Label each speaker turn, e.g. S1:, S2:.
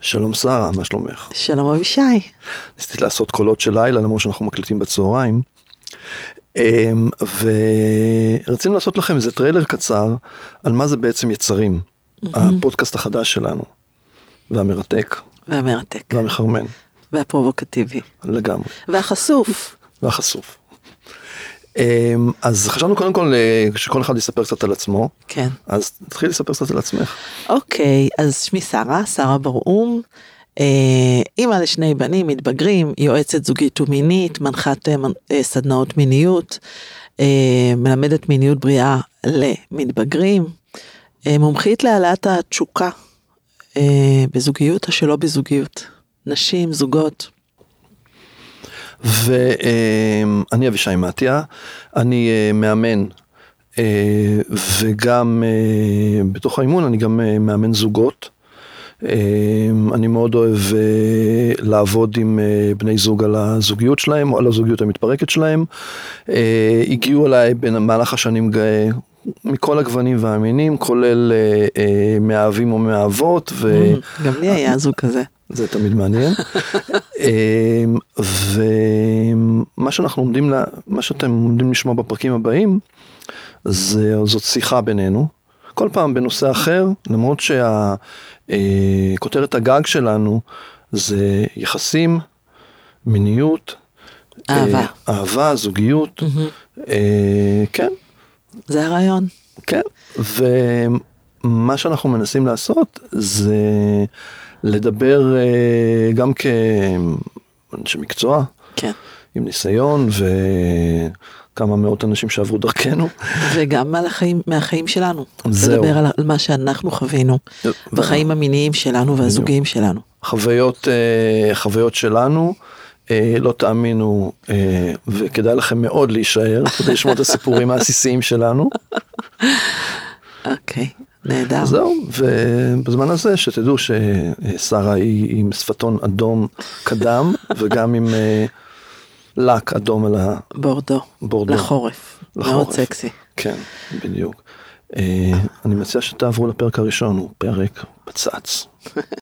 S1: שלום שרה, מה שלומך?
S2: שלום אבישי.
S1: ניסיתי לעשות קולות של לילה למרות שאנחנו מקליטים בצהריים. אמ, ורצינו לעשות לכם איזה טריילר קצר על מה זה בעצם יצרים, הפודקאסט החדש שלנו, והמרתק
S2: והמרתק.
S1: והמחרמן,
S2: והפרובוקטיבי.
S1: לגמרי,
S2: והחשוף.
S1: והחשוף. אמ, אז חשבנו קודם כל אה, שכל אחד יספר קצת על עצמו,
S2: כן.
S1: אז תתחיל לספר קצת על עצמך.
S2: אוקיי, אז שמי שרה, שרה ברעום. אה, אימא לשני בנים מתבגרים, יועצת זוגית ומינית, מנחת אה, מנ- אה, סדנאות מיניות, אה, מלמדת מיניות בריאה למתבגרים, אה, מומחית להעלאת התשוקה אה, בזוגיות או שלא בזוגיות. נשים, זוגות.
S1: ואני אבישי מתיה, אני אה, מאמן אה, וגם אה, בתוך האימון אני גם אה, מאמן זוגות. אה, אני מאוד אוהב אה, לעבוד עם אה, בני זוג על הזוגיות שלהם או על הזוגיות המתפרקת שלהם. אה, הגיעו אליי במהלך השנים ג- מכל הגוונים והמינים, כולל אה, אה, מאהבים או מאהבות. ו...
S2: גם לי היה זוג כזה.
S1: זה תמיד מעניין. אמ, ומה שאנחנו עומדים, לה, מה שאתם עומדים לשמוע בפרקים הבאים, זה, זאת שיחה בינינו, כל פעם בנושא אחר, למרות שהכותרת הגג שלנו זה יחסים, מיניות,
S2: אהבה.
S1: אה, אהבה, זוגיות, אה, כן,
S2: זה הרעיון.
S1: כן, ומה שאנחנו מנסים לעשות זה לדבר אה, גם כאנשי מקצוע
S2: כן.
S1: עם ניסיון וכמה מאות אנשים שעברו דרכנו.
S2: וגם על החיים, מהחיים שלנו.
S1: זהו.
S2: לדבר על, על מה שאנחנו חווינו בחיים המיניים שלנו והזוגיים שלנו.
S1: חוויות, אה, חוויות שלנו, אה, לא תאמינו, אה, וכדאי לכם מאוד להישאר כדי לשמוע את הסיפורים העסיסיים שלנו.
S2: אוקיי, נהדר.
S1: זהו, ובזמן הזה שתדעו ששרה היא עם שפתון אדום קדם וגם עם אה, לק אדום על ה...
S2: בורדו.
S1: בורדו.
S2: לחורף. מאוד
S1: לחורף.
S2: סקסי.
S1: כן, בדיוק. אה, אני מציע שתעברו לפרק הראשון, הוא פרק פצץ.